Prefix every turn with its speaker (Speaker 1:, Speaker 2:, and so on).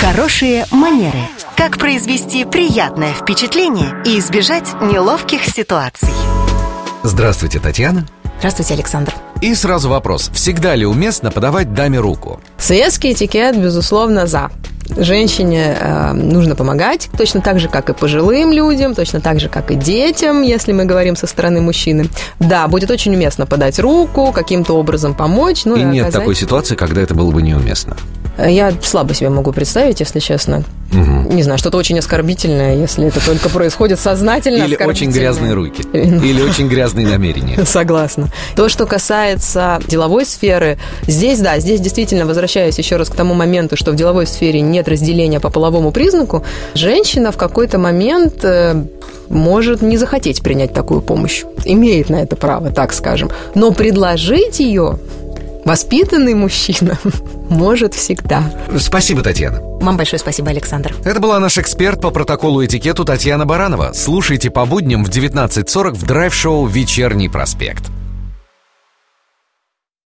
Speaker 1: Хорошие манеры. Как произвести приятное впечатление и избежать неловких ситуаций.
Speaker 2: Здравствуйте, Татьяна.
Speaker 3: Здравствуйте, Александр.
Speaker 2: И сразу вопрос. Всегда ли уместно подавать даме руку?
Speaker 3: Советский этикет, безусловно, за. Женщине э, нужно помогать, точно так же, как и пожилым людям, точно так же, как и детям, если мы говорим со стороны мужчины. Да, будет очень уместно подать руку, каким-то образом помочь. Ну,
Speaker 2: и нет
Speaker 3: оказать-
Speaker 2: такой ситуации, когда это было бы неуместно.
Speaker 3: Я слабо себе могу представить, если честно.
Speaker 2: Мгм.
Speaker 3: Не знаю, что-то очень оскорбительное, если это только происходит сознательно.
Speaker 2: Или очень
Speaker 3: оскорбительное.
Speaker 2: грязные руки.
Speaker 3: Или-
Speaker 2: Или очень грязные намерения.
Speaker 3: Согласна. То, что касается деловой сферы, здесь, да, здесь действительно возвращаюсь еще раз к тому моменту, что в деловой сфере нет разделения по половому признаку. Женщина в какой-то момент э, может не захотеть принять такую помощь. Имеет на это право, так скажем. Но предложить ее воспитанный мужчина может всегда.
Speaker 2: Спасибо, Татьяна.
Speaker 4: Вам большое спасибо, Александр.
Speaker 2: Это была наш эксперт по протоколу и этикету Татьяна Баранова. Слушайте по будням в 19.40 в драйв-шоу «Вечерний проспект».